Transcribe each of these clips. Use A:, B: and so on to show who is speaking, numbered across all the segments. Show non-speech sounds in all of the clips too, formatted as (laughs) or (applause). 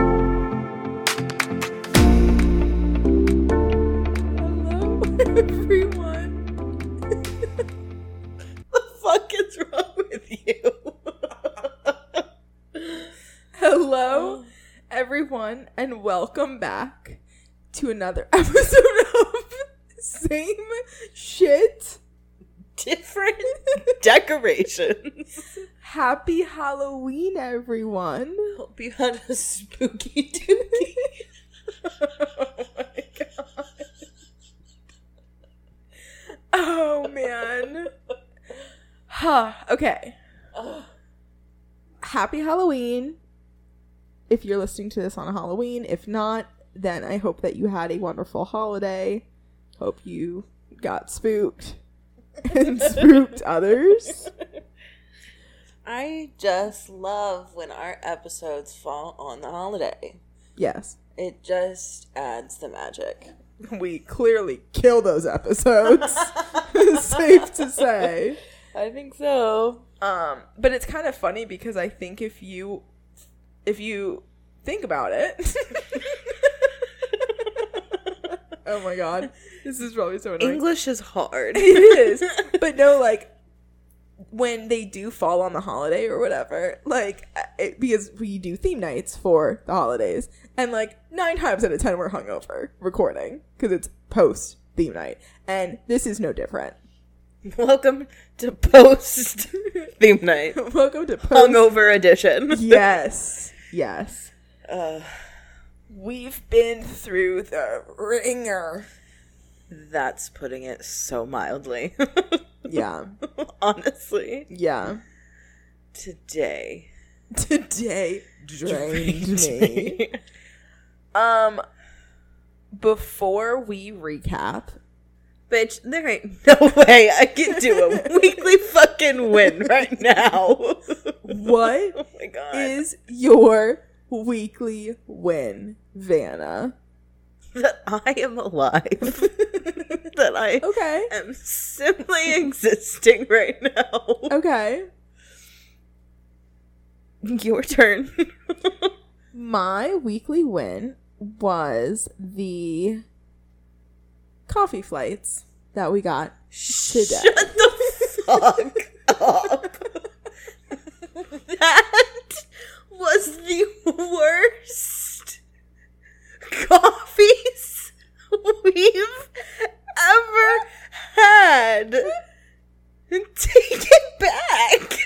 A: (laughs) (laughs) everyone, and welcome back to another (laughs) episode of Same Shit.
B: Different (laughs) decorations.
A: Happy Halloween, everyone.
B: Hope you had a spooky dookie. (laughs) oh my god.
A: Oh, man. (laughs) Huh. Okay.
B: Ugh.
A: Happy Halloween. If you're listening to this on Halloween, if not, then I hope that you had a wonderful holiday. Hope you got spooked (laughs) and spooked others.
B: I just love when our episodes fall on the holiday.
A: Yes.
B: It just adds the magic.
A: we clearly kill those episodes. (laughs) Safe to say.
B: I think so. (laughs)
A: Um, but it's kind of funny because I think if you if you think about it. (laughs) oh my god. This is probably so annoying.
B: English is hard.
A: It is. But no, like when they do fall on the holiday or whatever, like eh, it, because we do theme nights for the holidays, and like nine times out of ten we're hungover recording because it's post theme night, and this is no different.
B: (laughs) Welcome to post theme (laughs) night.
A: Welcome to post.
B: Hungover edition.
A: Um, yes, yes.
B: Uh,
A: We've been through the ringer.
B: that's putting it so mildly. (laughs)
A: Yeah,
B: Honestly.
A: yeah.
B: Today.
A: (laughs) Today drained me.
B: (laughs) today.
A: Um, before we recap,
B: Bitch, there ain't no (laughs) way I can do (laughs) a weekly fucking win right now. (laughs)
A: what
B: oh my god.
A: is your weekly win, Vanna?
B: that I am (laughs) alive. that I
A: Okay,
B: am simply existing right now.
A: okay.
B: Your turn. (laughs)
A: My weekly win was the coffee flights that we got. Today.
B: Shut the fuck up. that was the worst coffees we've ever had. Take it back.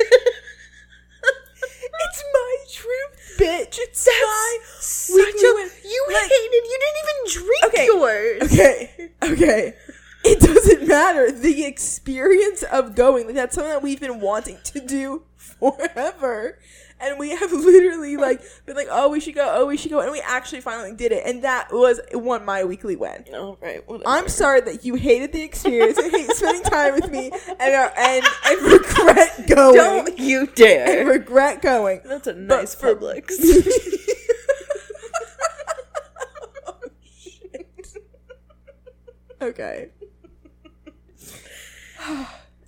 A: It's my truth, bitch. It's my
B: Such
A: Weekly
B: a,
A: win.
B: you
A: Like-
B: hated. You didn't even drink
A: Okay.
B: yours.
A: okay, okay. It doesn't matter. The experience of going, like, that's something that we've been wanting to do forever. And we have literally, like, been like, oh, we should go, oh, we should go. And we actually finally did it. And that was, it won my weekly win.
B: All right. Whatever.
A: I'm sorry that you hated the experience and hate spending time with me and, uh, and, and regret going.
B: Don't you
A: And
B: dare.
A: regret going.
B: That's a
A: But
B: nice
A: for-
B: (laughs) Publix.
A: Okay. (sighs) All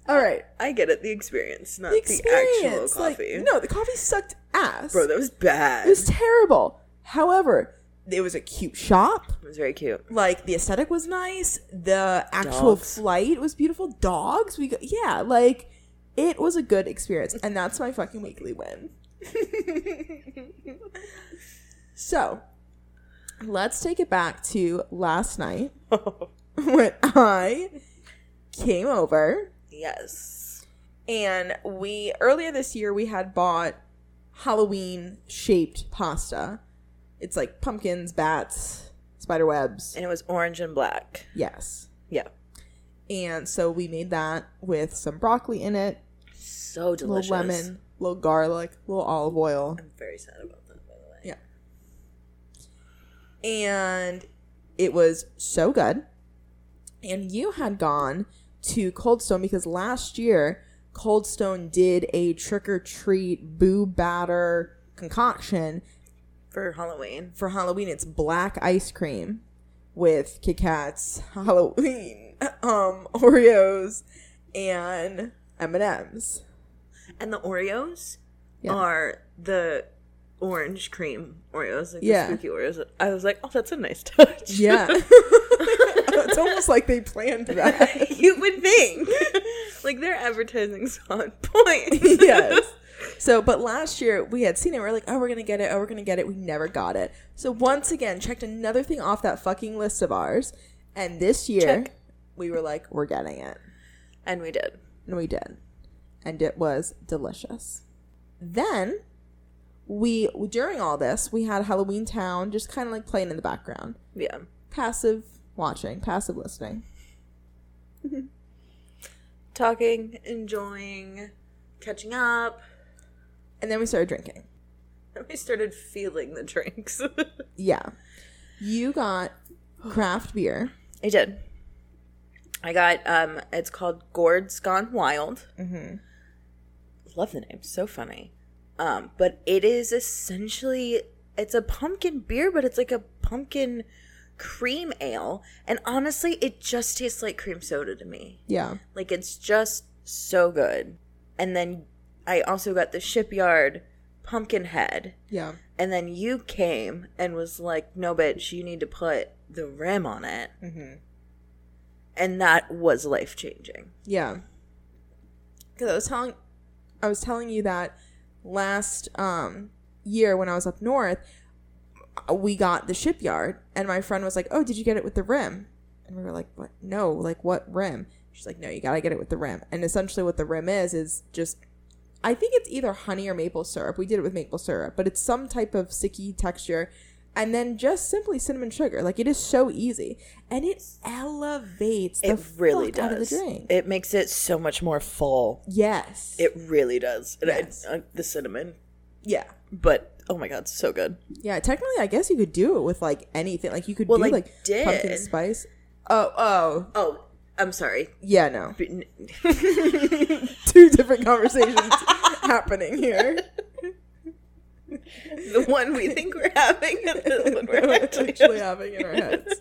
A: right.
B: I get it. The experience, not
A: The
B: the,
A: experience.
B: actual
A: like,
B: coffee.
A: no, the coffee sucked ass.
B: Bro, that was bad.
A: It was terrible. However, it was a cute shop.
B: It was very
A: (laughs)
B: cute.
A: Like the aesthetic was nice. The actual
B: Dogs.
A: flight was beautiful. Dogs. We got, yeah, like it was a good experience, and that's my fucking weekly win. (laughs) so, let's take it back to last night (laughs) when I came over
B: yes.
A: and we earlier this year we had bought Halloween shaped pasta. It's like pumpkins, bats, spider webs.
B: And it was orange and black.
A: Yes.
B: Yeah.
A: And so we made that with some broccoli in it,
B: So
A: a little
B: delicious.
A: lemon, little garlic, little olive oil.
B: I'm very sad about that, by the way.
A: Yeah. And it was so good. And you had gone to Cold Stone because last year Cold Stone did a trick or treat boo batter concoction
B: For Halloween.
A: for Halloween. It's black ice cream with Kit Kats, (laughs) Halloween, (laughs) um, Oreos, and M and M's.
B: And the Oreos
A: Yeah.
B: are the orange cream Oreos, like
A: Yeah.
B: the spooky Oreos. I was like, oh, that's a nice touch. (laughs)
A: Yeah, (laughs) it's almost like they planned that.
B: (laughs)
A: (laughs)
B: you would think. like, their advertising's on point.
A: yes. So, but last year we had seen it. We're like, oh, we're gonna get it. Oh, we're gonna get it. We never got it. So once again, checked another thing off that fucking list of ours. And this year,
B: Check.
A: we were like, we're getting it,
B: and we did.
A: and we did, and it was delicious. Then we during all this we had Halloween Town just kind of like playing in the background,
B: Yeah.
A: passive watching, passive listening.
B: Talking, enjoying, catching up.
A: And then we started drinking.
B: And we started feeling the drinks. (laughs)
A: Yeah. You got craft beer.
B: I did. I got um it's called Gourds Gone Wild.
A: Mhm.
B: Love the name, so funny. Um, but it is essentially it's a pumpkin beer, but it's like a pumpkin cream ale. And honestly, it just tastes like cream soda to me.
A: Yeah.
B: Like it's just so good. And then I also got the shipyard pumpkin head.
A: Yeah.
B: And then you came and was like, no, bitch, you need to put the rim on it.
A: Mhm.
B: And that was life changing.
A: Yeah. Cuz I was telling I was telling you that last um year when I was up north, we got the shipyard and my friend was like, "Oh, did you get it with the rim?" And we were like, "What? No, like what rim?" She's like, "No, you got to get it with the rim." And essentially what the rim is is just I think it's either honey or maple syrup. We did it with maple syrup, but it's some type of sticky texture. And then just simply cinnamon sugar. Like it is so easy. And it elevates the
B: it really
A: fuck
B: does.
A: out of the drink.
B: It makes it so much more full.
A: Yes.
B: It really does. And I-
A: Yes.
B: uh, the cinnamon.
A: yeah.
B: But oh my God, so good.
A: Yeah. Technically, I guess you could do it with like anything. Like you could
B: Well,
A: do
B: I
A: like pumpkin
B: did.
A: spice. Oh, oh,
B: Oh, I'm sorry.
A: yeah. No, (laughs)
B: But n- (laughs)
A: two different conversations (laughs) happening here.
B: the one we think we're having and the one
A: We're (laughs)
B: we're actually.
A: actually having in our heads.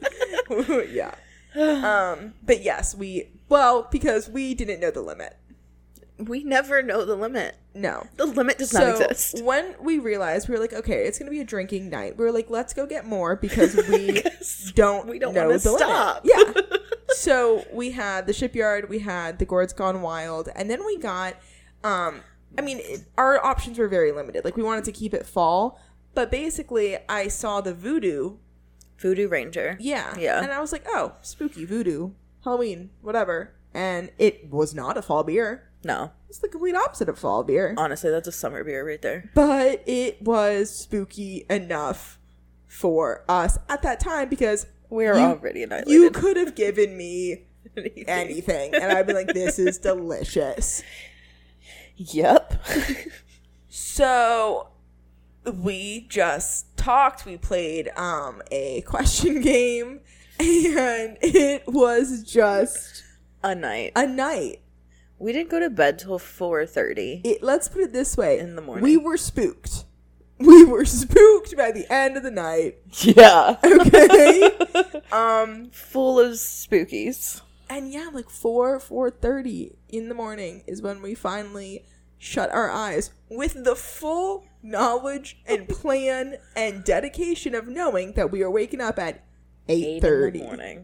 B: (sighs)
A: yeah. Um. But yes, we well because we didn't know the limit.
B: (laughs) We never know the limit.
A: No.
B: The limit does not exist.
A: when we realized we were like, okay, it's gonna be a drinking night. We were like, let's go get more because
B: (laughs)
A: we don't
B: We don't
A: know
B: want to
A: the limit.
B: stop. (laughs)
A: Yeah. so we had the shipyard, we had the gourds gone wild, and then we got. um I mean, it, our options were very limited. Like we wanted to keep it fall, but basically, I saw the voodoo.
B: Voodoo Ranger.
A: Yeah,
B: Yeah.
A: And I was like, oh, spooky voodoo, Halloween, whatever. And it was not a fall beer.
B: No.
A: It's the complete opposite of fall beer.
B: Honestly, that's a summer beer right there.
A: but it was spooky enough for us at that time because
B: We're
A: You-
B: already annihilated.
A: you could have given me
B: Anything.
A: (laughs) anything and I'd be like, this is delicious.
B: Yep.
A: So we just talked. We played um, a question (laughs) game and it was just
B: (laughs) a night.
A: a night.
B: We didn't go to bed till four thirty.
A: It, let's put it this way
B: In the morning.
A: we were spooked. We were (laughs) spooked by the end of the night.
B: Yeah.
A: Okay. (laughs) um,
B: (laughs) Full of spookies.
A: and yeah like 4 4.30 in the morning is when we finally shut our eyes with the full knowledge
B: (laughs)
A: and plan and dedication of knowing that we are waking up at
B: Eight in the
A: 8.30
B: morning.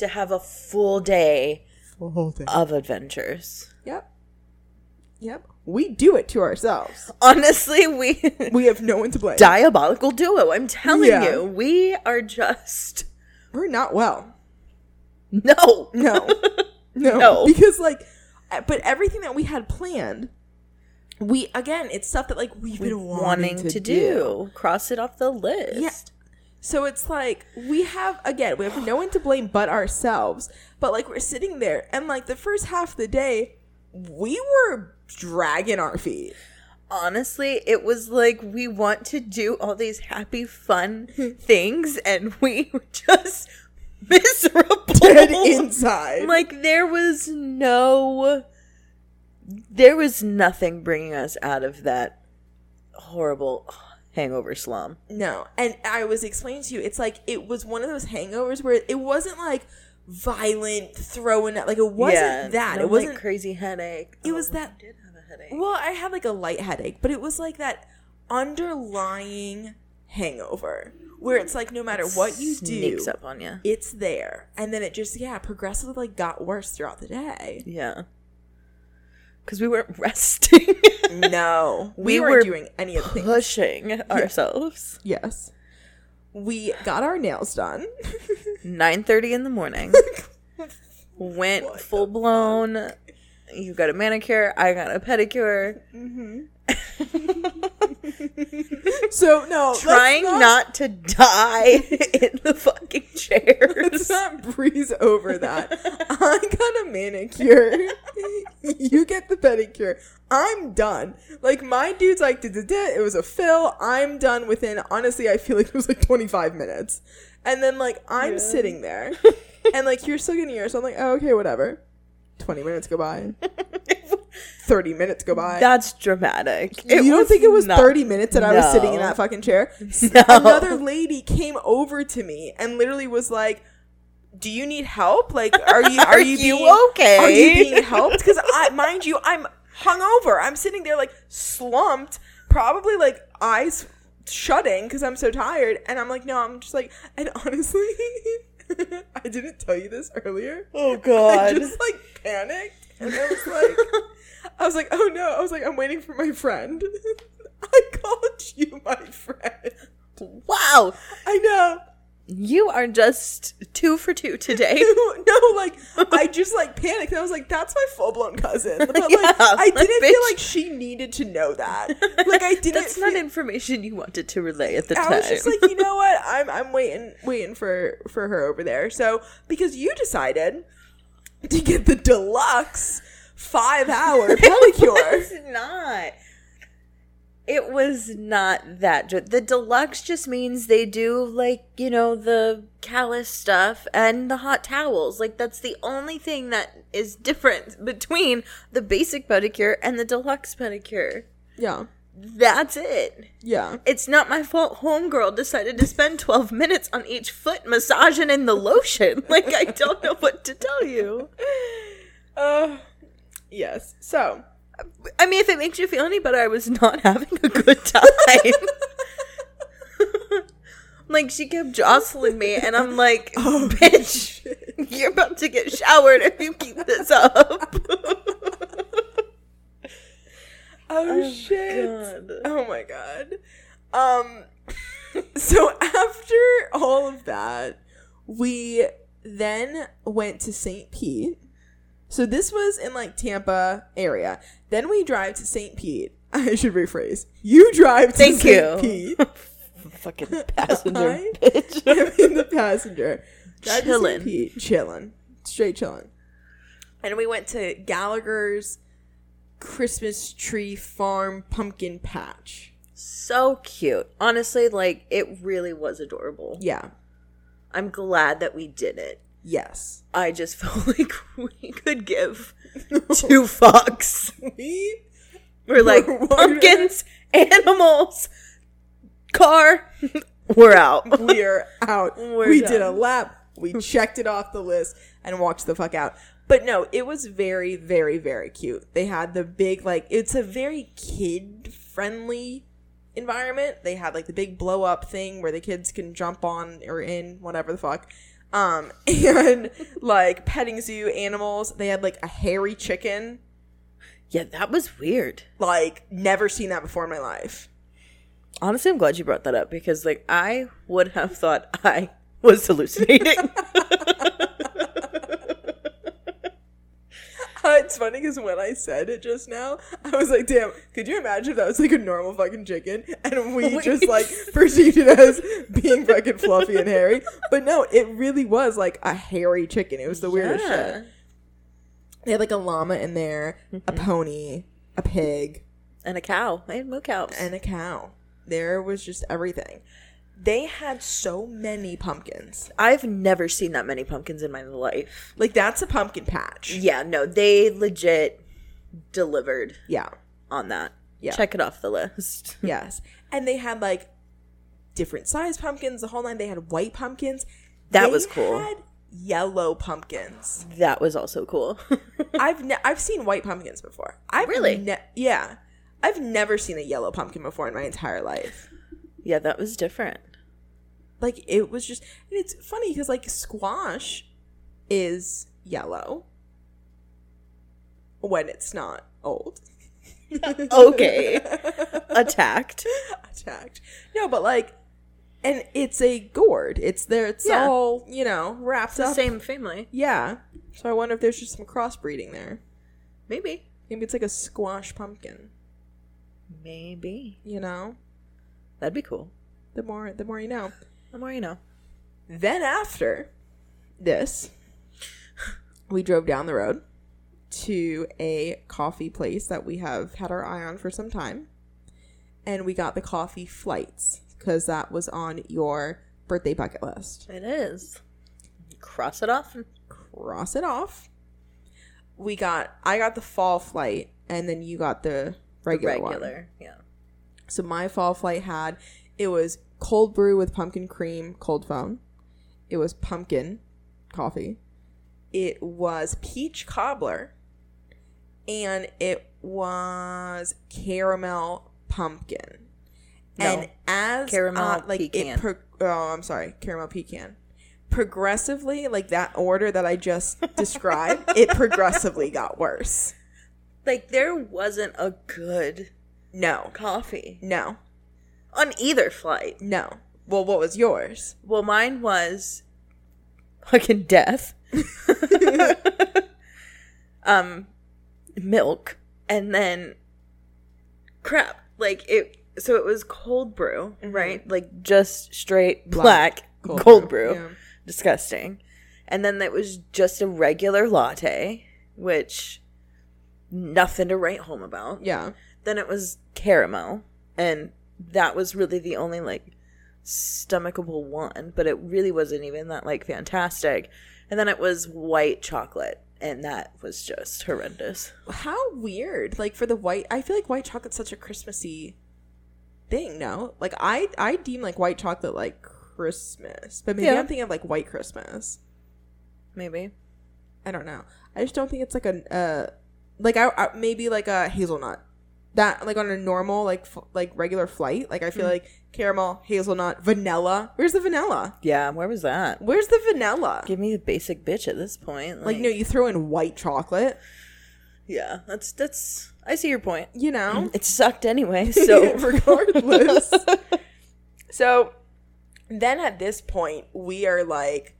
B: To have a full day
A: the whole thing.
B: of adventures.
A: Uh, yep yep we do it to
B: (laughs)
A: ourselves
B: Honestly, we (laughs)
A: we have no one to blame
B: diabolical duo. I'm telling
A: Yeah.
B: you, we are just (laughs)
A: we're not well
B: no.
A: No. No. (laughs)
B: No.
A: Because like uh, but everything that we had planned, we again, it's stuff that like we've been wanting,
B: Wanting
A: to, do.
B: cross it off the list.
A: Yeah. So it's like we have again, we have no one to blame but ourselves. But like we're sitting there and like the first half of the day, we were dragging our
B: (laughs)
A: feet.
B: honestly, it was like we want to do all these happy,
A: (laughs)
B: fun things, and we (laughs) were just miserable. (laughs)
A: Dead inside.
B: Like there was no, there was nothing bringing us out of that horrible hangover slum.
A: No. And I was explaining to you, it's like it was one of those hangovers where it wasn't like violent throwing up like it wasn't that.
B: no,
A: it
B: like,
A: wasn't
B: crazy headache. Oh,
A: it was
B: I
A: that-
B: did have a headache.
A: Well, I had like a light headache, but it was like that underlying hangover where it's like no matter what you do,
B: sneaks up on you.
A: it's there. And then it just, yeah, progressively like got worse throughout the day.
B: Yeah. because we weren't (laughs) resting.
A: No, we,
B: (laughs) We
A: weren't
B: were
A: doing any of the things.
B: Pushing ourselves.
A: Yes, we got our nails
B: (laughs)
A: done.
B: Nine thirty in
A: (laughs)
B: the morning. Went full blown. You got a manicure. I got a pedicure.
A: Mm-hmm.
B: (laughs)
A: So no, let's
B: Trying not,
A: (laughs)
B: to die in the fucking
A: Let's (laughs)
B: chairs.
A: not breeze over that. I got a manicure. (laughs) you get the pedicure. I'm done. Like my dude's like, "Duh, duh, duh." it was a fill. I'm done within. Honestly, I feel like it was like 25 minutes. And then like I'm sitting there, and like you're still getting yours. So I'm like, oh, okay, whatever. 20 minutes go by. 30 minutes go by.
B: That's dramatic.
A: you don't think it was
B: not- (laughs)
A: 30 minutes that I was sitting in
B: No.
A: that fucking chair? S-
B: No.
A: Another lady came over to me and literally was like, "Do you need help? Like, are you are,
B: Are
A: you,
B: you
A: being,
B: okay?"
A: Are you being helped? Because I, mind you, I'm hungover. I'm sitting there like slumped, probably like eyes shutting because I'm so tired. And I'm like, no, I'm just like, and honestly, (laughs) I didn't tell you this earlier.
B: Oh
A: I
B: god.
A: just like panicked and I was like I was like, oh no, I was like, I'm waiting for my friend. (laughs) I called you my friend.
B: wow.
A: I know.
B: You are just two for two today.
A: No, like I just like panicked and I was like, that's my full blown cousin. But like
B: (laughs) Yeah,
A: I
B: like,
A: didn't feel
B: bitch.
A: like she needed to know
B: (laughs)
A: that. (laughs) Like I didn't
B: That's not
A: feel-
B: information you wanted to relay at the
A: I
B: time.
A: was just like, you know what? I'm I'm waiting waiting for for her over there. So because you decided to get the deluxe five
B: (laughs)
A: hour pedicure.
B: It was not. It was not that. dr- The deluxe just means they do like you know the callus stuff and the hot towels. Like that's the only thing that is different between the basic pedicure and the deluxe pedicure.
A: Yeah.
B: That's it.
A: Yeah.
B: It's not my fault. Homegirl decided to spend twelve minutes on each foot massaging in the lotion. (laughs) Like I don't know what to tell you.
A: Uh, yes. So,
B: I mean, if it makes you feel any better, I was not (laughs) having a good time. (laughs) like she kept jostling me, and
A: (laughs)
B: I'm like,
A: Oh.
B: "Bitch, you're about to get showered if you keep this up."
A: (laughs) oh, shit. Oh my god. Um (laughs) so after all of that, we then went to St. Pete. So this was in like Tampa area. Then we drive to St. Pete. (laughs) I should rephrase. You drive to
B: Thank
A: St.
B: you.
A: Pete.
B: Fucking (laughs)
A: passenger
B: bitch.
A: I mean the passenger. Drive to St.
B: Chillin'.
A: Pete. Chillin'. Straight chillin'. And we went to Gallagher's Christmas tree farm pumpkin patch.
B: So cute. Honestly, like it really was adorable.
A: Yeah.
B: I'm glad that we did it.
A: Yes.
B: I just (laughs) felt like we could give two fucks.
A: (laughs) We
B: (laughs) We're like
A: We're wired.
B: pumpkins, animals, car. We're out.
A: we're out.
B: We're
A: we did a
B: done.
A: lap. We checked it off the list and walked the fuck out. But no, it was very, very, very cute. They had the big like it's a very kid friendly environment. They had like the big blow up thing where the kids can jump on or in, whatever the fuck. Um (laughs) and like petting zoo animals. They had like a hairy chicken.
B: (laughs) Yeah, that was weird.
A: Like never seen that before in my life.
B: Honestly, I'm glad you brought that up because like I would have thought I was (laughs) hallucinating.
A: Uh, (laughs) it's funny because when I said it just now, I was like, damn, could you imagine if that was like a normal fucking chicken? And we
B: We-
A: just like perceived it as being fucking fluffy and hairy. But no, it really was like a hairy chicken. It was the weirdest
B: Yeah.
A: shit. They had like a llama in there, a pony, a pig,
B: And a cow. I had moo cows.
A: and a cow. There was just everything. They had so many pumpkins.
B: I've never seen that many pumpkins in my life.
A: Like, that's a pumpkin patch.
B: Yeah, no, they legit delivered
A: Yeah.
B: on that.
A: Yeah.
B: Check it off the list. (laughs)
A: Yes. And they had like different size pumpkins, the whole nine. They had white pumpkins.
B: That
A: They
B: was cool.
A: had yellow pumpkins.
B: That was also cool. (laughs)
A: I've ne- I've seen white pumpkins before. I've
B: Really?
A: ne- yeah. I've never seen a yellow pumpkin before in my entire life.
B: yeah, that was different.
A: Like it was just and it's funny cuz like squash is yellow when it's not. old.
B: (laughs) Okay.
A: (laughs)
B: Attacked.
A: attacked. No, but like, and it's a gourd. It's there. It's
B: Yeah.
A: all you know wrapped
B: It's the
A: up.
B: same family.
A: Yeah. So I wonder if there's just some crossbreeding there.
B: Maybe.
A: Maybe it's like a squash pumpkin.
B: Maybe.
A: You know,
B: That'd be cool.
A: the more the more you know.
B: The more you know.
A: Then after this, we drove down the road to a coffee place that we have had our eye on for some time. And we got the coffee flights because that was on your birthday bucket list.
B: It is. Cross it off. and-
A: Cross it off. We got, I got the fall flight, and then you got the regular, one.
B: Regular. Yeah.
A: So my fall flight had it was cold brew with pumpkin cream, cold foam. It was pumpkin coffee. It was peach cobbler. And it was caramel pumpkin.
B: No.
A: And as
B: Caramel
A: uh, like
B: pecan.
A: it pro- oh, I'm sorry, caramel pecan. Progressively, like that order that I just described,
B: (laughs)
A: it progressively got worse.
B: Like there wasn't a good
A: No.
B: coffee
A: No.
B: on either flight.
A: No. Well, what was yours?
B: Well, mine was fucking death. um milk and then crap. Like it so it was cold brew, right? Like just straight black, cold, brew.
A: Yeah.
B: Disgusting. And then it was just a regular latte, which nothing to write home about.
A: Yeah.
B: then it was caramel and that was really the only like stomachable one but it really wasn't even that like fantastic and then it was white chocolate and that was just horrendous
A: How weird. Like for the white I feel like white chocolate's such a Christmassy thing, no? Like I I deem like white chocolate like Christmas. But maybe
B: Yeah.
A: I'm thinking of like white Christmas.
B: maybe
A: I don't know. I just don't think it's like a uh like I, I maybe like a hazelnut. That like on a normal like f- like regular flight, like I feel like caramel, hazelnut, vanilla. Where's the vanilla?
B: yeah where was that
A: Where's the vanilla?
B: give me a basic bitch at this point
A: like no, you throw in white chocolate,
B: yeah that's that's i see your point
A: you know?
B: it
A: (laughs)
B: sucked anyway so (laughs)
A: regardless. so then at this point, we are like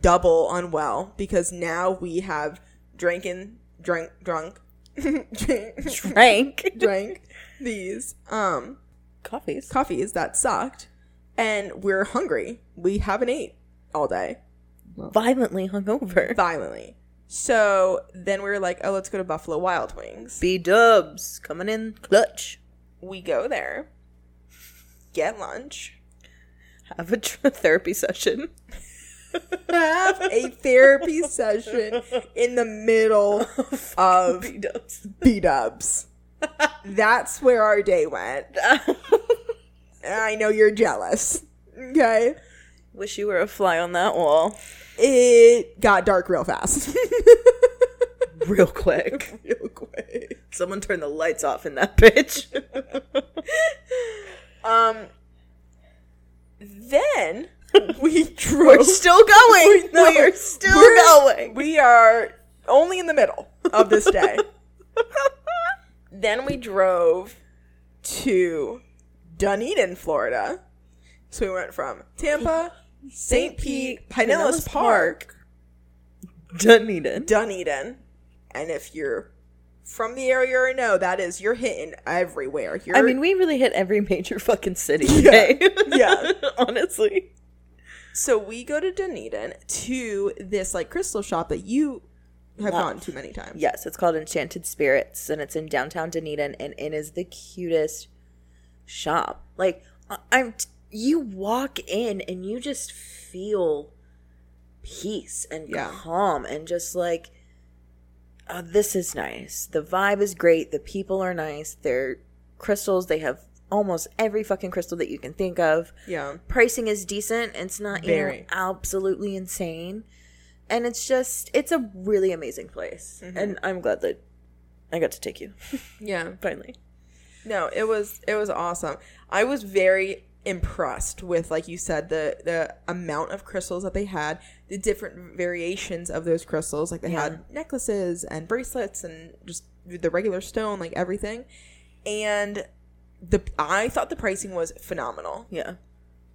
A: double unwell because now we have drinking, drunk, drunk, (laughs) drink,
B: drank
A: drank these um
B: coffees
A: coffees that sucked, and we're hungry. We haven't ate all day
B: violently hungover
A: violently. So then we were like, oh, let's go to Buffalo Wild Wings.
B: b dubs coming in clutch
A: We go there, get lunch.
B: have a tr- (laughs) therapy session
A: have a therapy session in the middle of
B: b dubs
A: beat ups. That's where our day went. And I know you're jealous. Okay.
B: (laughs) Wish you were a fly on that wall.
A: It got dark real fast. (laughs)
B: (laughs) Real quick.
A: real quick.
B: Someone turn the lights off in that (laughs) bitch.
A: Um
B: (laughs)
A: then we drove
B: still
A: (laughs)
B: going.
A: No,
B: we are still
A: we're-
B: going.
A: We are only in the middle of this
B: (laughs)
A: day. then we drove to Dunedin, Florida. So we went from Tampa, St. Pete, Pinellas
B: Pinellas
A: Park,
B: Dunedin.
A: Dunedin. And if you're from the area or no, that is, you're hitting everywhere. You're,
B: I mean, we really hit every major fucking city
A: Yeah.
B: today.
A: Yeah.
B: (laughs) Honestly.
A: so we go to Dunedin to this like crystal shop that you have
B: Love.
A: gone to many times.
B: Yes, it's called Enchanted Spirits and it's in downtown Dunedin and it is the cutest shop. Like I- I'm t- you walk in and you just feel peace and
A: Yeah.
B: calm and just like oh, this is nice. The vibe is great, the people are nice. They're crystals, they have almost every fucking crystal that you can think of
A: Yeah.
B: pricing is decent. It's not you know,
A: Very.
B: absolutely insane, and it's just it's a really amazing place.
A: Mm-hmm.
B: And I'm glad that I got to take you (laughs)
A: Yeah.
B: finally.
A: No, it was it was awesome. I was very impressed with like you said the the amount of crystals that they had the different variations of those crystals like they
B: Yeah.
A: had necklaces and bracelets and just the regular stone like everything and the i thought the pricing was phenomenal
B: Yeah.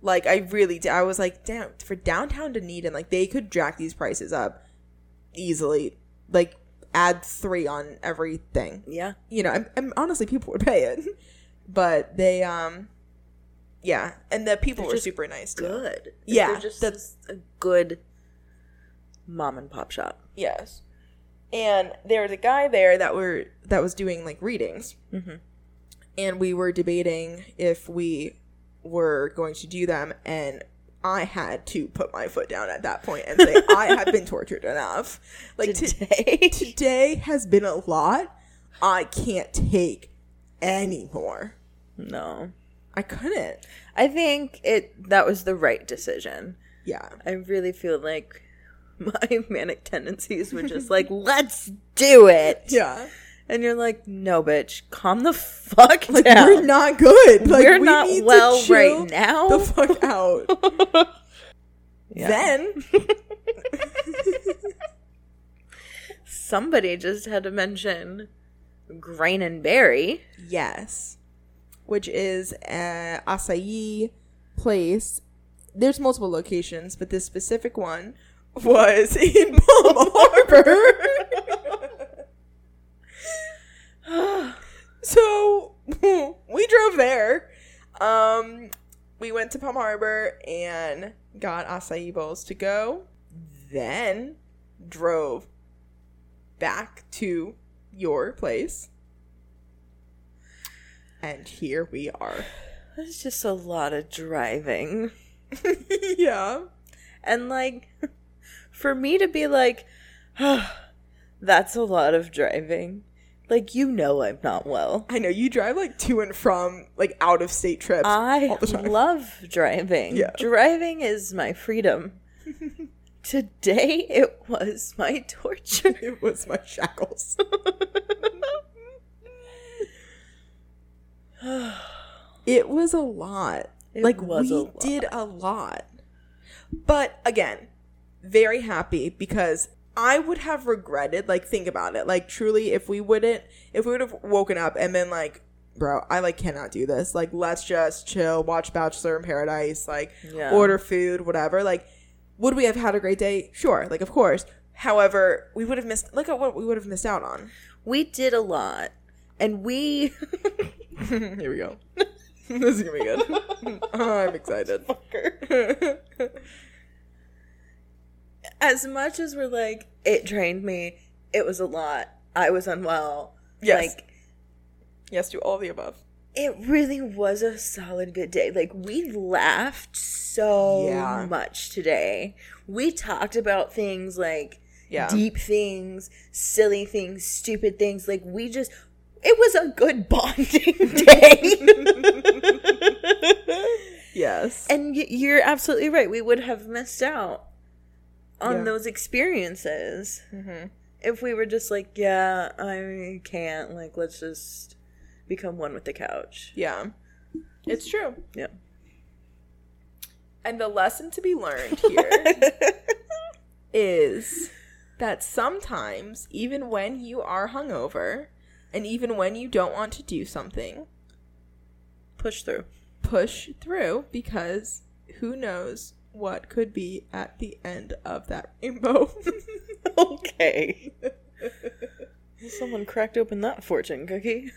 A: like i really did i was like damn for downtown dunedin like they could jack these prices up easily like add three on everything
B: Yeah.
A: you know, I'm, I'm honestly people would pay it, (laughs) but they um, yeah, and the people
B: They're
A: were
B: just
A: super nice too.
B: Good.
A: Yeah,
B: They're just
A: that's-
B: a good mom and pop shop.
A: Yes, and there was a guy there that were that was doing like readings,
B: Mhm.
A: and we were debating if we were going to do them, and I had to put my foot down at that point and say I have been tortured enough. Like to-
B: today.
A: (laughs) today has been a lot. I can't take anymore.
B: no.
A: I couldn't.
B: I think it that was the right decision.
A: Yeah.
B: I really feel like (laughs) my manic tendencies
A: (laughs)
B: were just like, let's do it.
A: Yeah.
B: And you're like, no, bitch, calm the fuck
A: Like
B: down.
A: we're not good. Like
B: We're
A: we
B: not
A: need to
B: well
A: chill
B: right now.
A: The fuck out.
B: (laughs) Yeah.
A: Then
B: Somebody just had to mention grain and berry.
A: yes, which is an acai place. There's multiple locations, but this specific one was (laughs) in Palm Harbor. so (laughs) we drove there. Um, we went to Palm Harbor and got acai bowls to go. Then drove back to your place. And here we are. (laughs)
B: That's just a lot of driving.
A: yeah.
B: And like (laughs) for me to be like, (sighs) "Ah, that's a lot of driving. Like you know I'm not well.
A: I know you drive like to and from like out of state trips.
B: I
A: all the time.
B: love driving.
A: Yeah.
B: Driving is my
A: (laughs)
B: freedom. Today it was my torture.
A: (laughs) it was my shackles. (laughs) (sighs) it was a lot.
B: It
A: like
B: was
A: we
B: a lot.
A: did a lot. But again, very happy because I would have regretted like think about it. Like truly if we wouldn't if we would have woken up and been like Bro, I like cannot do this. Like, let's just chill, watch Bachelor in Paradise, like
B: Yeah.
A: order food, whatever. Like, would we have had a great day? Sure, like of course. However, we would have missed. Look at what we would have missed out
B: (laughs)
A: on.
B: We did a lot. And we
A: Here we go. (laughs) this is gonna be
B: (laughs)
A: good. (laughs) I'm excited.
B: as much as we're like, it drained me, it was a lot. I was unwell.
A: Yes.
B: Like
A: yes to all the above.
B: it really was a solid good day. Like we laughed so
A: Yeah.
B: much today. We talked about things like
A: Yeah.
B: deep things, silly things, stupid things. Like we just it was a good (laughs) bonding (laughs) day.
A: Yes.
B: and y- you're absolutely right. We would have missed out on
A: Yeah.
B: those experiences
A: Mhm.
B: if we were just like, yeah, I can't. Like, let's just become one with the couch.
A: Yeah. It's true.
B: Yeah.
A: And the lesson to be
B: (laughs)
A: learned here is that sometimes, even when you are hungover, and even when you don't want to do something, (laughs)
B: Push through.
A: push through because who knows what could be at the end of that rainbow. (laughs)
B: Okay. (laughs) Someone cracked open that fortune cookie.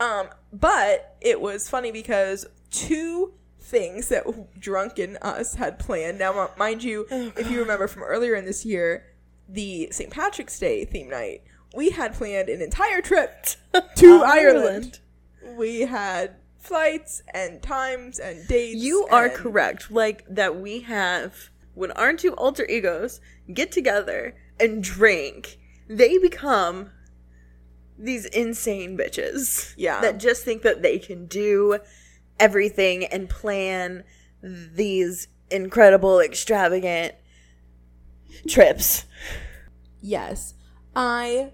A: um, but it was funny because two things that (laughs) drunken us had planned. Now, m- mind you,
B: Oh,
A: if you remember from earlier in this year, the St. Patrick's Day theme night, we had planned an entire
B: (laughs)
A: trip to Ireland. We had flights and times and dates.
B: You are
A: and-
B: correct. Like that we have when our two alter egos get together and drink, they become these insane bitches.
A: Yeah.
B: That just think that they can do everything and plan these incredible, extravagant trips.
A: Yes. I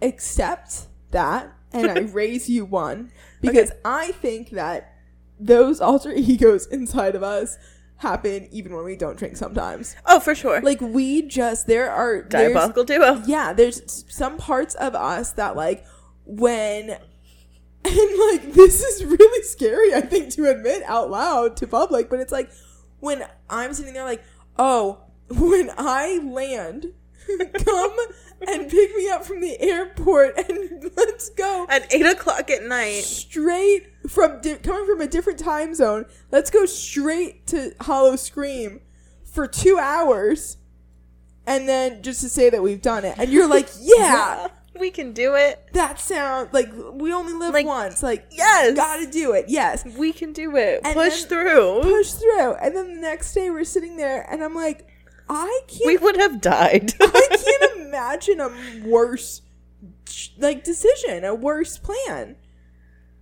A: accept that and I raise you one because I think that those alter (laughs) egos inside of us happen even when we don't drink sometimes.
B: Oh, for sure.
A: Like we just there are there's-
B: Diabolical duo.
A: yeah, there's s- some parts of us that like when (laughs) and like this is really scary I think to admit out loud to public, but it's like when I'm sitting there like, "Oh, (laughs) when I land, (laughs) come and pick me up from the airport and (laughs) let's go."
B: At eight o'clock at night.
A: straight from di- coming from a different time zone. Let's go straight to Hollow Scream for two hours, and then just to say that we've done it. And you're
B: (laughs)
A: like, yeah,
B: We can do it.
A: that sound like we only live
B: Like,
A: once. Like,
B: yes.
A: gotta do it. Yes,
B: We can do it.
A: And
B: Push
A: then-
B: through.
A: push through. And then the next day, we're sitting there, and I'm like, I can't.
B: We would have (laughs) died.
A: (laughs) I can't imagine a worse like decision, a worse plan.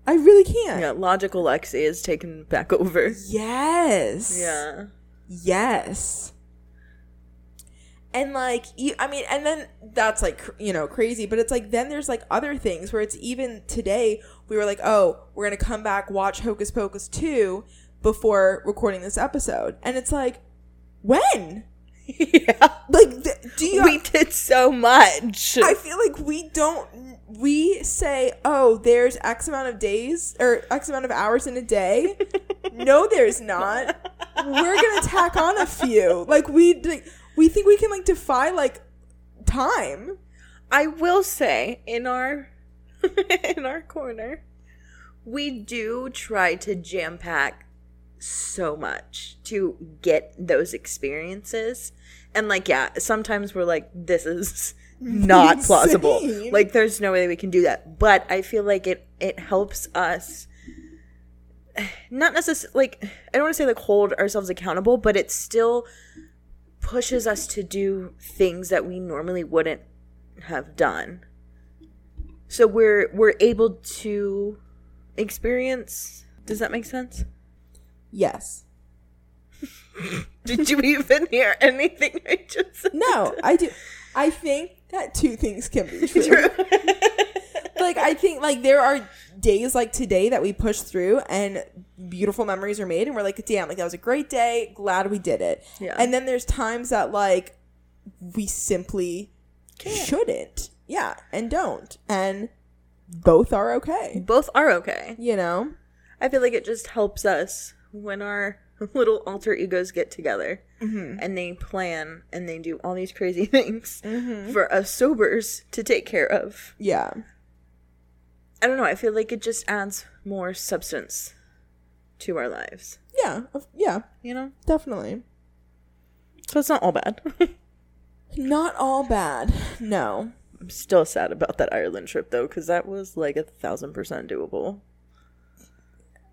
A: I really can't.
B: yeah, logical Lexi is taken back over.
A: Yes.
B: Yeah.
A: Yes. And like you, I mean, and then that's like cr- you know crazy, but it's like then there's like other things where it's even today we were like, oh, we're gonna come back watch Hocus Pocus two before recording this episode, and it's like, when?
B: (laughs) yeah.
A: Like, th- do you?
B: We did so much.
A: I feel like we don't. We say, oh, there's X amount of days or X amount of hours in a day. no, there's not. We're gonna tack on a few. Like we, like, we think we can like defy like time.
B: I will say in our (laughs) in our corner, we do try to jam pack so much to get those experiences. And like yeah, sometimes we're like this is not plausible.
A: Insane.
B: Like there's no way we can do that. But I feel like it it helps us (sighs) not necessarily like I don't want to say like hold ourselves accountable, but it still pushes us to do things that we normally wouldn't have done. So we're we're able to experience. Does that make sense?
A: Yes.
B: Did you even hear anything I just said?
A: (laughs) No, I do. I think that two things can be true.
B: True.
A: like I think like there are days like today that we push through and beautiful memories are made and we're like damn like that was a great day glad we did it
B: Yeah.
A: and then there's times that like we simply shouldn't yeah and don't and both are okay
B: Both are okay.
A: you know
B: I feel like it just helps us when our (laughs) little alter egos get together and they plan and they do all these crazy (laughs) things for us sobers to take care of.
A: yeah
B: I don't know. I feel like it just adds more substance to our lives.
A: yeah of- yeah
B: You know,
A: definitely
B: so it's not all bad. (laughs)
A: not all bad no
B: I'm still sad about that Ireland trip though, because that was like a thousand percent doable.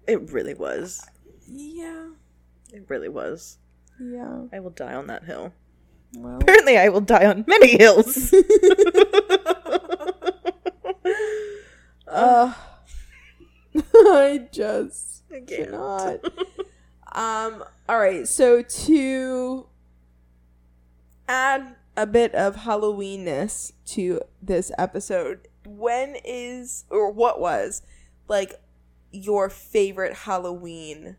B: It really was.
A: yeah
B: It really was.
A: yeah
B: I will die on that hill.
A: well
B: Apparently, I will die on many (laughs) hills.
A: uh, (laughs) i just
B: I can't.
A: cannot. um. All right. So to add a bit of Halloweenness to this episode, when is or what was like your favorite Halloween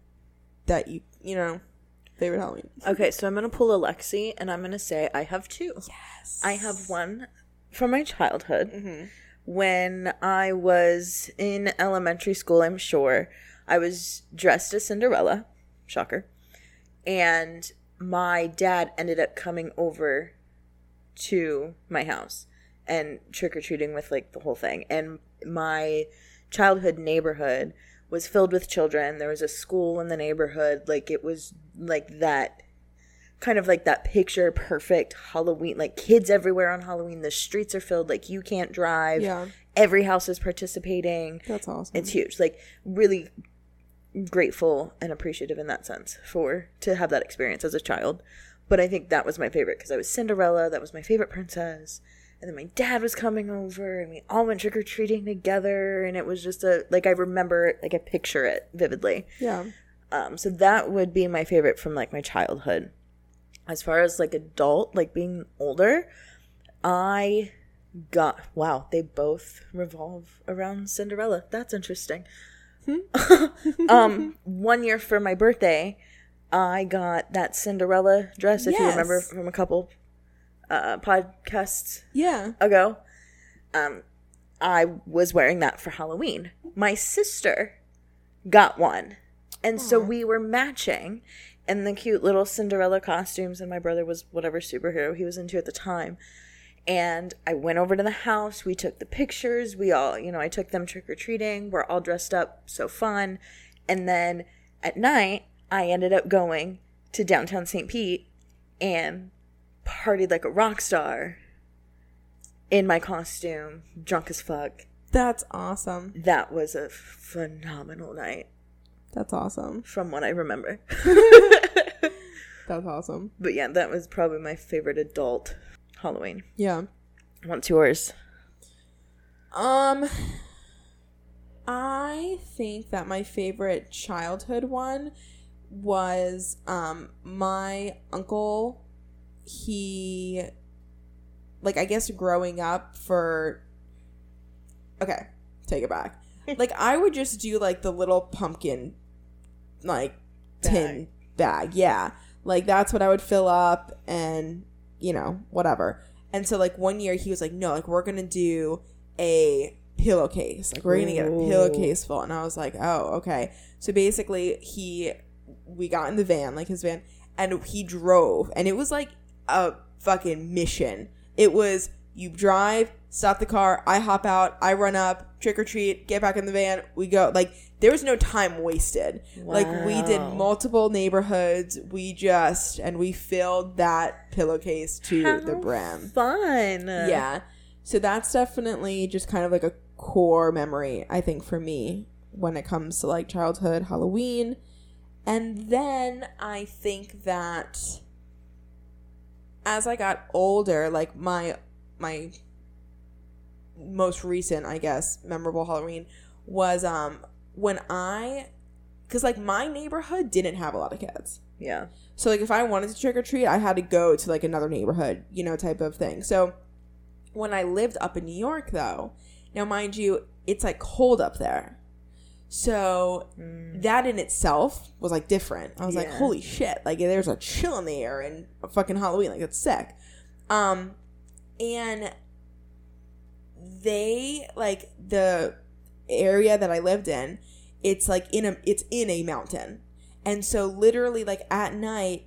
A: that you you know favorite Halloween?
B: Okay, so I'm gonna pull a Lexi, and I'm gonna say I have two.
A: Yes.
B: I have one from my childhood.
A: Mm-hmm.
B: when I was in elementary school, I'm sure, I was dressed as Cinderella. Shocker. And my dad ended up coming over to my house and trick or treating with like the whole thing. And my childhood neighborhood was filled with children. There was a school in the neighborhood. Like it was like that kind of like that picture perfect Halloween. Like kids everywhere on Halloween. The streets are filled. Like you can't drive
A: Yeah,
B: every house is participating.
A: that's awesome.
B: It's huge. Like really grateful and appreciative in that sense for to have that experience as a child. But I think that was my favorite because I was Cinderella, that was my favorite princess. And then my dad was coming over and we all went trick or treating together and it was just a like I remember it, like I picture it vividly.
A: yeah.
B: Um, so that would be my favorite from like my childhood. As far as like adult, like being older, I got wow, they both revolve around Cinderella. That's interesting. (laughs) um, one year for my birthday, I got that Cinderella dress. If you remember
A: Yes.
B: from a couple uh, podcasts
A: Yeah.
B: ago, um, I was wearing that for Halloween. My sister got one, and so we were matching in the cute little Cinderella costumes. And my brother was whatever superhero he was into at the time. And I went over to the house. We took the pictures. We all, you know, I took them trick or treating. We're all dressed up, so fun. And then at night, I ended up going to downtown St. Pete and partied like a rock star in my costume, drunk as fuck.
A: That's awesome.
B: That was a phenomenal night
A: That's awesome.
B: from what I remember. (laughs)
A: That's awesome.
B: But yeah, that was probably my favorite adult Halloween.
A: Yeah.
B: What's yours?
A: Um I think that my favorite childhood one was um my uncle he like I guess growing up for okay, take it back. like I would just do like the little pumpkin like tin bag. Yeah. Like that's what I would fill up and you know, whatever. And so like one year he was like, "No, like we're going to do a pillowcase. Like we're going to get a
B: Ooh.
A: pillowcase full." And I was like, "Oh, okay." So basically he we got in the van, like his van, and he drove and it was like a fucking mission. It was you drive, stop the car, I hop out, I run up, trick or treat, get back in the van, we go. Like there was no time wasted. Like we did
B: Wow.
A: multiple neighborhoods. We just and we filled that pillowcase to the
B: How
A: brim.
B: Fun.
A: Yeah. So that's definitely just kind of like a core memory, I think, for me when it comes to like childhood Halloween. And then I think that as I got older, like my my most recent, I guess, memorable Halloween was um when I cuz like my neighborhood didn't have a lot of kids.
B: Yeah.
A: So like if I wanted to trick or treat, I had to go to like another neighborhood, you know, type of thing. So when I lived up in New York though, now mind you, it's like cold up there. So
B: Mm.
A: that in itself was like different. I was like,
B: Yeah.
A: holy shit, like there's a chill in the air and fucking Halloween, like that's sick. Um and they like the area that I lived in, it's like in a it's in a mountain. And so literally like at night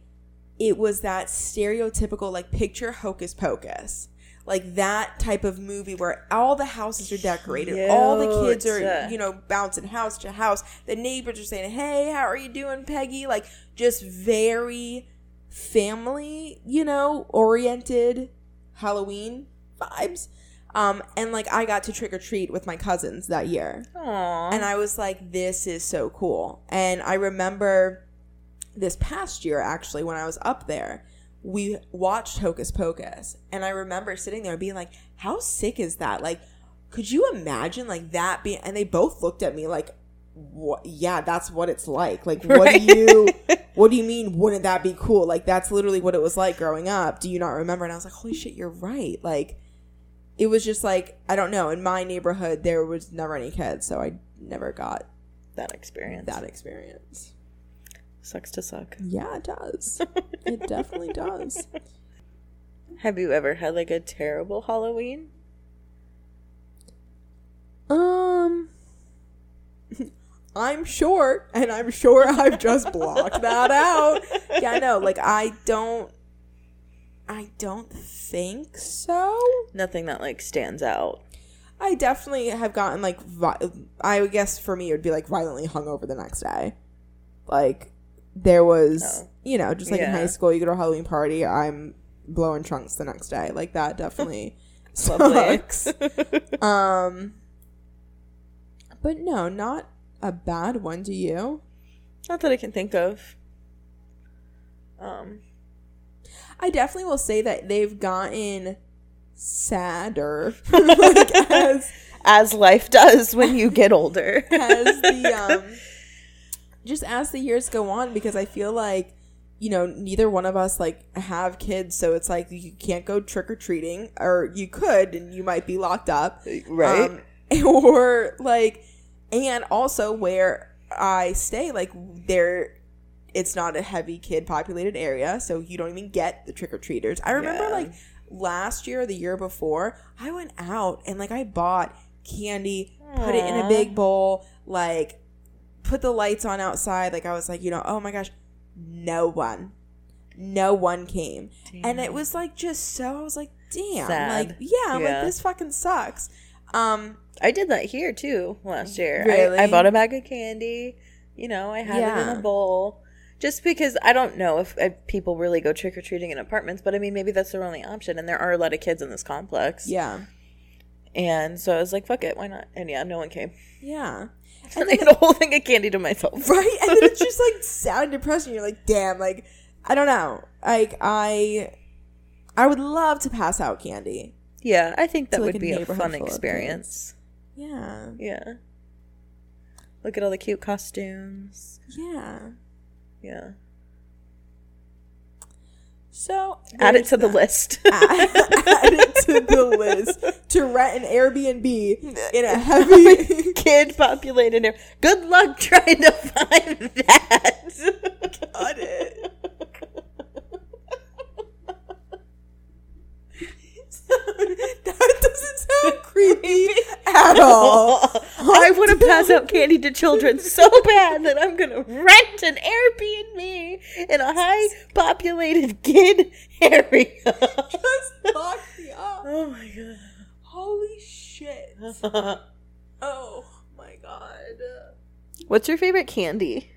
A: it was that stereotypical like picture hocus pocus. Like that type of movie where all the houses are decorated, all the kids are,
B: Cute.
A: you know, bouncing house to house. The neighbors are saying, "Hey, how are you doing, Peggy?" Like just very family, you know, oriented Halloween vibes. Um, and like I got to trick or treat with my cousins that year.
B: Aww.
A: And I was like, this is so cool. And I remember this past year, actually, when I was up there, we watched Hocus Pocus. And I remember sitting there being like, how sick is that? Like, could you imagine like that being? And they both looked at me like, what? Yeah, that's what it's like. Like, what
B: Right.
A: do you? What do you mean? Wouldn't that be cool? Like, that's literally what it was like growing up. Do you not remember? And I was like, holy shit, you're right. Like, it was just like I don't know. In my neighborhood, there was never any kids, so I never got
B: that experience.
A: that experience.
B: Sucks to suck.
A: Yeah, it does. it definitely does.
B: Have you ever had like a terrible Halloween?
A: Um, (laughs) I'm sure, and I'm sure I've just blocked that out. Yeah, I know. Like I don't, I don't think so.
B: Nothing that like stands
A: (laughs)
B: out.
A: I definitely have gotten like vi- I would guess for me it would be like violently hungover the next day. Like there was
B: Oh.
A: you know just like in high
B: Yeah.
A: school you go to a Halloween party I'm blowing trunks the next day like that definitely
B: (laughs) Lovely.
A: sucks. um, but no, not a bad one. Do you?
B: (laughs) Not that I can think of. Um,
A: I definitely will say that they've gotten sadder (laughs) like, as
B: as life does when you
A: (laughs)
B: get older.
A: as the um just as the years go on because i feel like you know neither one of us like have kids so it's like you can't go trick-or-treating (laughs) or you could and you might be locked up
B: right?
A: um, or like and also where I stay, like there, it's not a heavy kid populated area, so you don't even get the trick or treaters. I remember
B: Yeah.
A: like last year or the year before, I went out and like I bought candy, put it in a
B: Aw.
A: big bowl, like put the lights on outside. Like I was like, you know, oh my gosh, no one, no one came, and it was like just so. I was like, damn,
B: Sad.
A: like yeah, I'm like
B: Yeah.
A: this fucking sucks. Um,
B: I did that here too last year. I-
A: Really?
B: I, bought a bag of candy. You know, I had it in
A: Yeah.
B: a bowl. Just because I don't know if, if people really go trick or treating in apartments, but I mean, maybe that's their only option. And there are a lot of kids in this complex.
A: yeah,
B: And so I was like, fuck it, why not? And yeah, no one came. (laughs)
A: yeah.
B: And I had a whole thing of candy to myself.
A: right and then it's just like sound depressing you're like damn like i don't know like i i would love to pass out candy
B: Yeah, I think that
A: like,
B: would
A: a
B: be a
A: neighborhood
B: fun
A: full of kids.
B: experience.
A: yeah
B: Yeah. Look at all the cute costumes.
A: yeah
B: Yeah.
A: so
B: Add it
A: there's
B: to the
A: that.
B: list.
A: (laughs) add it to the list to rent an airbnb
B: (laughs)
A: in a heavy
B: (laughs) Kid populated area. Good luck trying to find that.
A: Got
B: (laughs)
A: it. that doesn't
B: (laughs)
A: sound creepy at all
B: Oh, I want to pass out candy to children so (laughs) bad that I'm going to rent an Airbnb in a high populated kid
A: (laughs)
B: area.
A: just fuck me up
B: oh my
A: holy shit
B: god.
A: oh my god
B: (laughs) What's your favorite candy?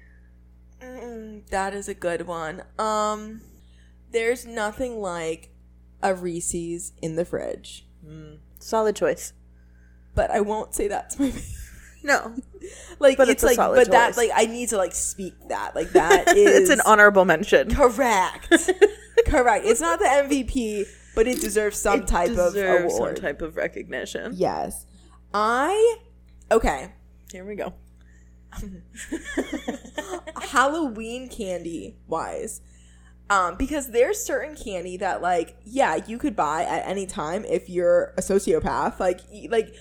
A: Mm, that is a good one. Um, there's nothing like a Reese's in the fridge,
B: Solid choice.
A: but I won't say that's my (laughs) favorite.
B: No,
A: like.
B: But
A: it's,
B: it's a
A: like,
B: solid
A: but that
B: choice.
A: like I need to like speak that
B: (laughs)
A: like that is
B: (laughs) it's an honorable mention. (laughs)
A: correct, correct. It's not the MVP, but it deserves some
B: It
A: type of
B: deserves
A: award.
B: some type of recognition.
A: Yes, I okay.
B: Here we go.
A: Halloween candy wise. Um, because there's certain candy that like, yeah, you could buy at any time if you're a sociopath. Like y- like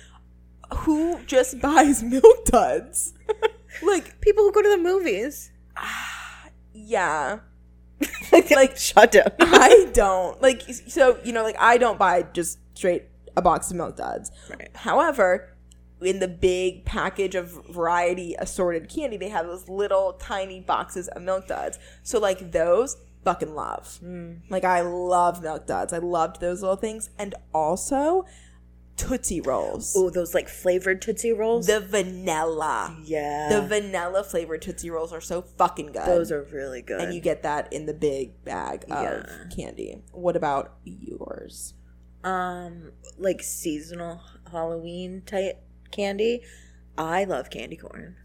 A: who just (laughs) buys milk duds? (laughs) like,
B: People who go to the movies,
A: yeah.
B: (laughs) like (laughs) shut down.
A: I don't. Like so, you know, like I don't buy just straight a box of milk duds.
B: Right.
A: However, in the big package of variety assorted candy, they have those little tiny boxes of milk duds. So like those, fucking love.
B: Hmm.
A: Like I love milk duds. I loved those little things, and also Tootsie Rolls,
B: Oh, those like flavored Tootsie Rolls.
A: the vanilla,
B: yeah,
A: the vanilla flavored Tootsie Rolls are so fucking good.
B: those are really good.
A: and you get that in the big bag of
B: Yeah.
A: candy. What about yours?
B: um like seasonal Halloween type candy. I love candy corn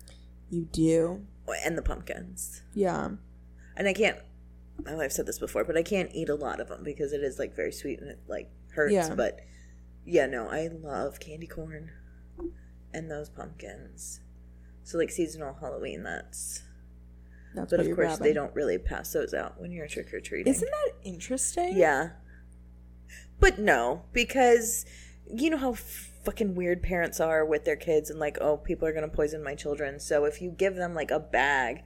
A: You do,
B: and the pumpkins.
A: yeah.
B: and I can't. I know I've said this before, but I can't eat a lot of them because it is like very sweet and it like hurts.
A: Yeah.
B: But yeah, no, I love candy corn and those pumpkins. So like seasonal Halloween, that's.
A: That's
B: But
A: what
B: of
A: you're
B: course, they
A: grabbing.
B: don't really pass those out when you're trick or treating.
A: Isn't that interesting?
B: Yeah. But no, because you know how fucking weird parents are with their kids and like, oh, people are going to poison my children. So if you give them like a bag,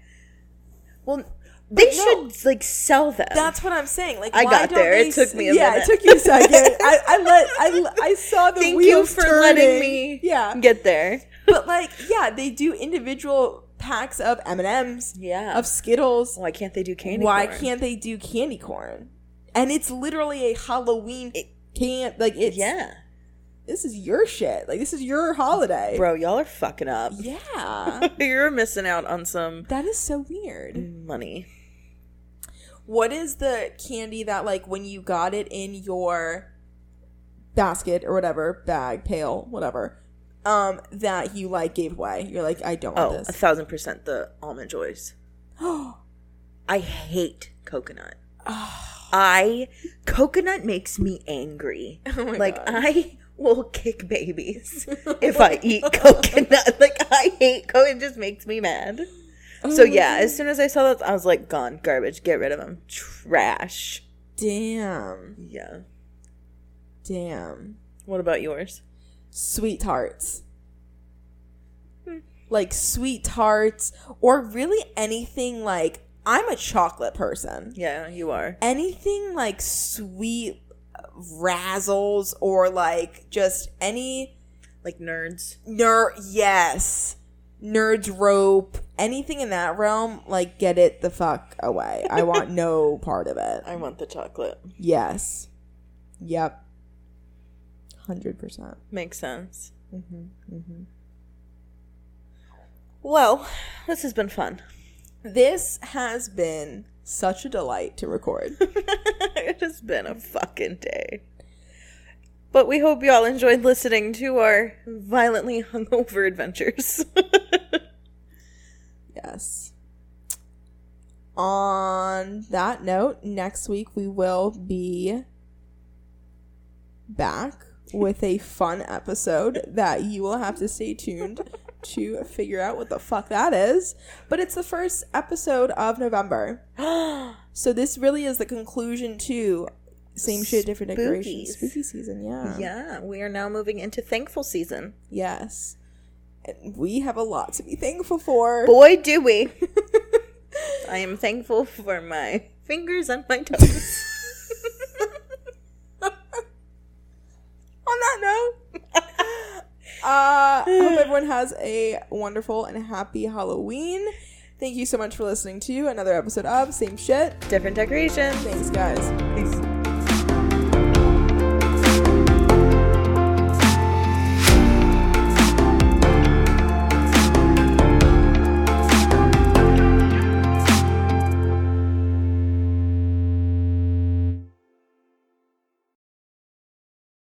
B: well, they
A: But no.
B: should like sell them.
A: That's what I'm saying. Like
B: I
A: why
B: got
A: don't
B: there.
A: they
B: It took
A: s-
B: me a
A: yeah,
B: minute.
A: it took you a
B: (laughs)
A: second. I, I let I I saw the
B: Thank you
A: wheels
B: for
A: turning.
B: letting me
A: Yeah,
B: get there.
A: (laughs) but like yeah, they do individual packs of M and M's
B: Yeah.
A: of Skittles.
B: Why can't they do candy?
A: Why
B: corn?
A: can't they do candy corn? And it's literally a Halloween
B: It-
A: can't like it's
B: Yeah,
A: This is your shit. Like this is your holiday.
B: bro, y'all are fucking up.
A: (laughs) Yeah,
B: (laughs) You're missing out on some
A: that is so weird.
B: money.
A: What is the candy that like when you got it in your basket or whatever, bag, pail, whatever, um, that you like gave away? You're like, I don't
B: Oh,
A: want
B: a
A: this.
B: thousand percent the
A: (gasps)
B: almond joys.
A: oh,
B: I hate coconut. I coconut makes me
A: (laughs)
B: angry.
A: Oh my
B: like
A: God.
B: I will
A: (laughs)
B: kick babies if I eat coconut. (laughs) Like I hate coconut. It just makes me mad. So
A: Oh,
B: yeah, as soon as I saw that, I was like, gone, garbage, get rid of them, trash.
A: damn,
B: Yeah.
A: damn,
B: What about yours?
A: sweet tarts. like sweet tarts or really anything like I'm a chocolate person.
B: Yeah, you are.
A: Anything like sweet razzles or like just any
B: Like nerds.
A: nerd yes nerds rope anything in that realm like get it the fuck away i want no part of it
B: I want the chocolate.
A: yes yep 100% percent
B: Makes sense.
A: hmm
B: Mm-hmm,
A: hmm
B: Well, this has been fun. (laughs)
A: this has been such a delight to record
B: it has been a fucking day. But we hope y'all enjoyed listening to our violently (laughs) hungover (gasps) adventures.
A: yes on that note next week we will be back with a fun episode that you will have to stay tuned to figure out what the fuck that is. But it's the first episode of November. So this really is the conclusion to same shit, different
B: Spookies.
A: decorations. Spooky season, yeah.
B: yeah, we are now moving into thankful season.
A: Yes. And we have a lot to be thankful for.
B: Boy, do we! (laughs) I am thankful for my fingers and (laughs) my toes.
A: on that note, (laughs) uh, hope everyone has a wonderful and happy Halloween. Thank you so much for listening to another episode of Same Shit.
B: Different decorations.
A: Thanks, guys.